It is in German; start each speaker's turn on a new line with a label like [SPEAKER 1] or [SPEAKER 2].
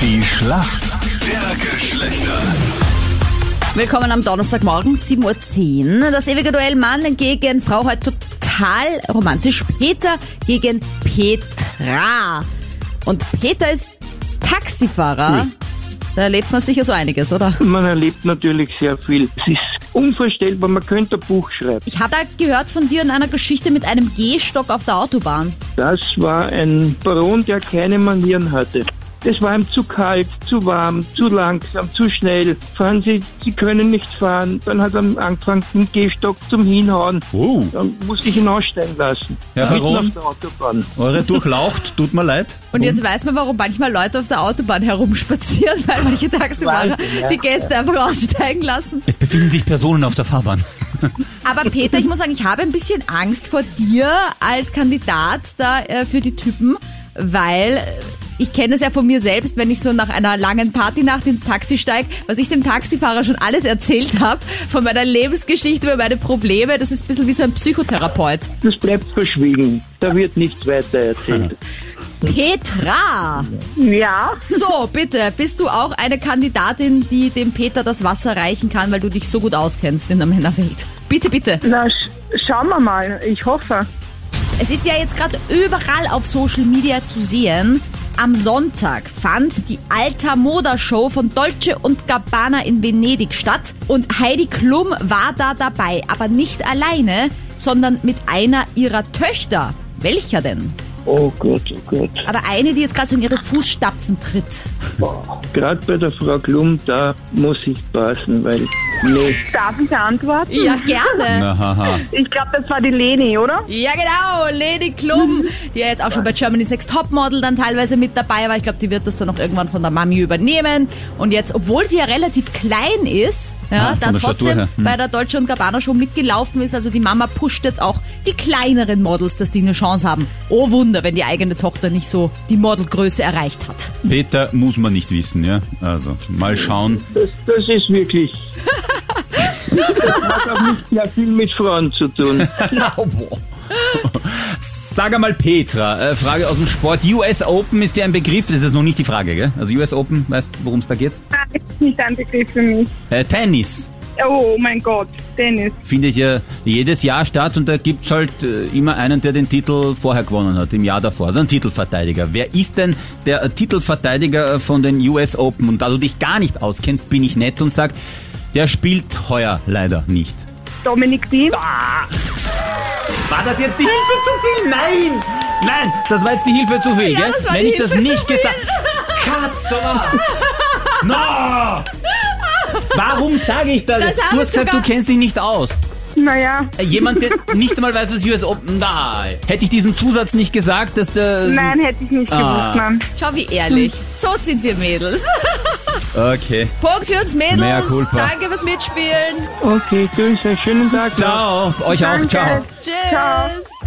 [SPEAKER 1] Die Schlacht der Geschlechter.
[SPEAKER 2] Willkommen am Donnerstagmorgen, 7.10 Uhr. Das ewige Duell Mann gegen Frau heute total romantisch. Peter gegen Petra. Und Peter ist Taxifahrer. Da erlebt man sicher so einiges, oder?
[SPEAKER 3] Man erlebt natürlich sehr viel. Es ist unvorstellbar, man könnte ein Buch schreiben.
[SPEAKER 2] Ich habe da gehört von dir in einer Geschichte mit einem Gehstock auf der Autobahn.
[SPEAKER 3] Das war ein Baron, der keine Manieren hatte. Es war ihm zu kalt, zu warm, zu langsam, zu schnell. Fahren Sie, Sie können nicht fahren. Dann hat er angefangen, den Gehstock zum Hinhauen.
[SPEAKER 4] Oh,
[SPEAKER 3] Dann musste ich ihn aussteigen lassen.
[SPEAKER 4] Herr
[SPEAKER 3] Mitten
[SPEAKER 4] Baron?
[SPEAKER 3] auf der Autobahn.
[SPEAKER 4] eure Durchlaucht, tut mir leid.
[SPEAKER 2] Und jetzt weiß man, warum manchmal Leute auf der Autobahn herumspazieren, weil manche Taxifahrer
[SPEAKER 3] Wahnsinn, ja.
[SPEAKER 2] die Gäste einfach aussteigen lassen.
[SPEAKER 4] Es befinden sich Personen auf der Fahrbahn.
[SPEAKER 2] Aber Peter, ich muss sagen, ich habe ein bisschen Angst vor dir als Kandidat da äh, für die Typen, weil äh, ich kenne es ja von mir selbst, wenn ich so nach einer langen Partynacht ins Taxi steige, was ich dem Taxifahrer schon alles erzählt habe, von meiner Lebensgeschichte über meine Probleme, das ist ein bisschen wie so ein Psychotherapeut.
[SPEAKER 3] Das bleibt verschwiegen. Da wird nichts weiter erzählt.
[SPEAKER 2] Petra!
[SPEAKER 5] Ja,
[SPEAKER 2] So, bitte, bist du auch eine Kandidatin, die dem Peter das Wasser reichen kann, weil du dich so gut auskennst in der Männerwelt? Bitte, bitte.
[SPEAKER 5] na sch schauen wir mal. Ich hoffe.
[SPEAKER 2] Es ist ja jetzt gerade überall auf Social Media zu sehen. Am Sonntag fand die Alta Moda Show von Dolce und Gabbana in Venedig statt und Heidi Klum war da dabei, aber nicht alleine, sondern mit einer ihrer Töchter. Welcher denn?
[SPEAKER 3] Oh Gott, oh Gott.
[SPEAKER 2] Aber eine, die jetzt gerade so in ihre Fußstapfen tritt.
[SPEAKER 3] Gerade bei der Frau Klum, da muss ich passen, weil... Nee.
[SPEAKER 5] Darf ich antworten?
[SPEAKER 2] Ja, gerne.
[SPEAKER 4] Ahaha.
[SPEAKER 5] Ich glaube, das war die Leni, oder?
[SPEAKER 2] Ja, genau, Lady Klum, die ja jetzt auch schon bei Germany's Next Topmodel dann teilweise mit dabei war. Ich glaube, die wird das dann noch irgendwann von der Mami übernehmen. Und jetzt, obwohl sie ja relativ klein ist,
[SPEAKER 4] Ah,
[SPEAKER 2] ja,
[SPEAKER 4] von
[SPEAKER 2] dann
[SPEAKER 4] der Statur
[SPEAKER 2] trotzdem
[SPEAKER 4] her. Hm.
[SPEAKER 2] bei der Deutsche und Gabbana Show mitgelaufen ist. Also die Mama pusht jetzt auch die kleineren Models, dass die eine Chance haben. Oh Wunder, wenn die eigene Tochter nicht so die Modelgröße erreicht hat.
[SPEAKER 4] Peter muss man nicht wissen, ja? Also, mal schauen.
[SPEAKER 3] Das, das ist wirklich. das hat auch nicht sehr viel mit Frauen zu tun.
[SPEAKER 4] Sag einmal Petra, äh, Frage aus dem Sport. US Open ist dir ein Begriff, das ist noch nicht die Frage, gell? Also US Open, weißt du, worum es da geht?
[SPEAKER 5] Nein, das ist nicht ein Begriff für mich.
[SPEAKER 4] Äh, Tennis
[SPEAKER 5] Oh mein Gott, Dennis.
[SPEAKER 4] findet ja jedes Jahr statt und da gibt's halt äh, immer einen, der den Titel vorher gewonnen hat, im Jahr davor. Also ein Titelverteidiger. Wer ist denn der äh, Titelverteidiger äh, von den US Open? Und da du dich gar nicht auskennst, bin ich nett und sag, der spielt heuer leider nicht.
[SPEAKER 5] Dominik Thiem.
[SPEAKER 4] War das jetzt die Hilfe zu viel? Nein! Nein, das war jetzt die Hilfe zu viel,
[SPEAKER 2] Ja,
[SPEAKER 4] gell?
[SPEAKER 2] das war
[SPEAKER 4] Wenn
[SPEAKER 2] die
[SPEAKER 4] ich das
[SPEAKER 2] Hilfe zu
[SPEAKER 4] nicht
[SPEAKER 2] viel.
[SPEAKER 4] gesagt Katze! No! Warum sage ich das?
[SPEAKER 2] Das habe ich
[SPEAKER 4] du hast gesagt,
[SPEAKER 2] sogar-
[SPEAKER 4] du kennst dich nicht aus.
[SPEAKER 5] Naja,
[SPEAKER 4] Äh, Jemand, der nicht einmal weiß, was US Open... Nein. Hätte ich diesen Zusatz nicht gesagt, dass der...
[SPEAKER 5] nein, hätte ich nicht
[SPEAKER 4] Ah.
[SPEAKER 5] gewusst, nein.
[SPEAKER 2] Schau, wie ehrlich. So sind wir Mädels.
[SPEAKER 4] Okay.
[SPEAKER 2] Punkt für uns
[SPEAKER 4] Mea
[SPEAKER 2] Mädels.
[SPEAKER 4] culpa.
[SPEAKER 2] Danke fürs Mitspielen.
[SPEAKER 3] Okay, tschüss, einen schönen Tag. noch.
[SPEAKER 4] Ciao. Euch auch.
[SPEAKER 5] Danke.
[SPEAKER 4] Ciao.
[SPEAKER 2] Tschüss.
[SPEAKER 5] Ciao.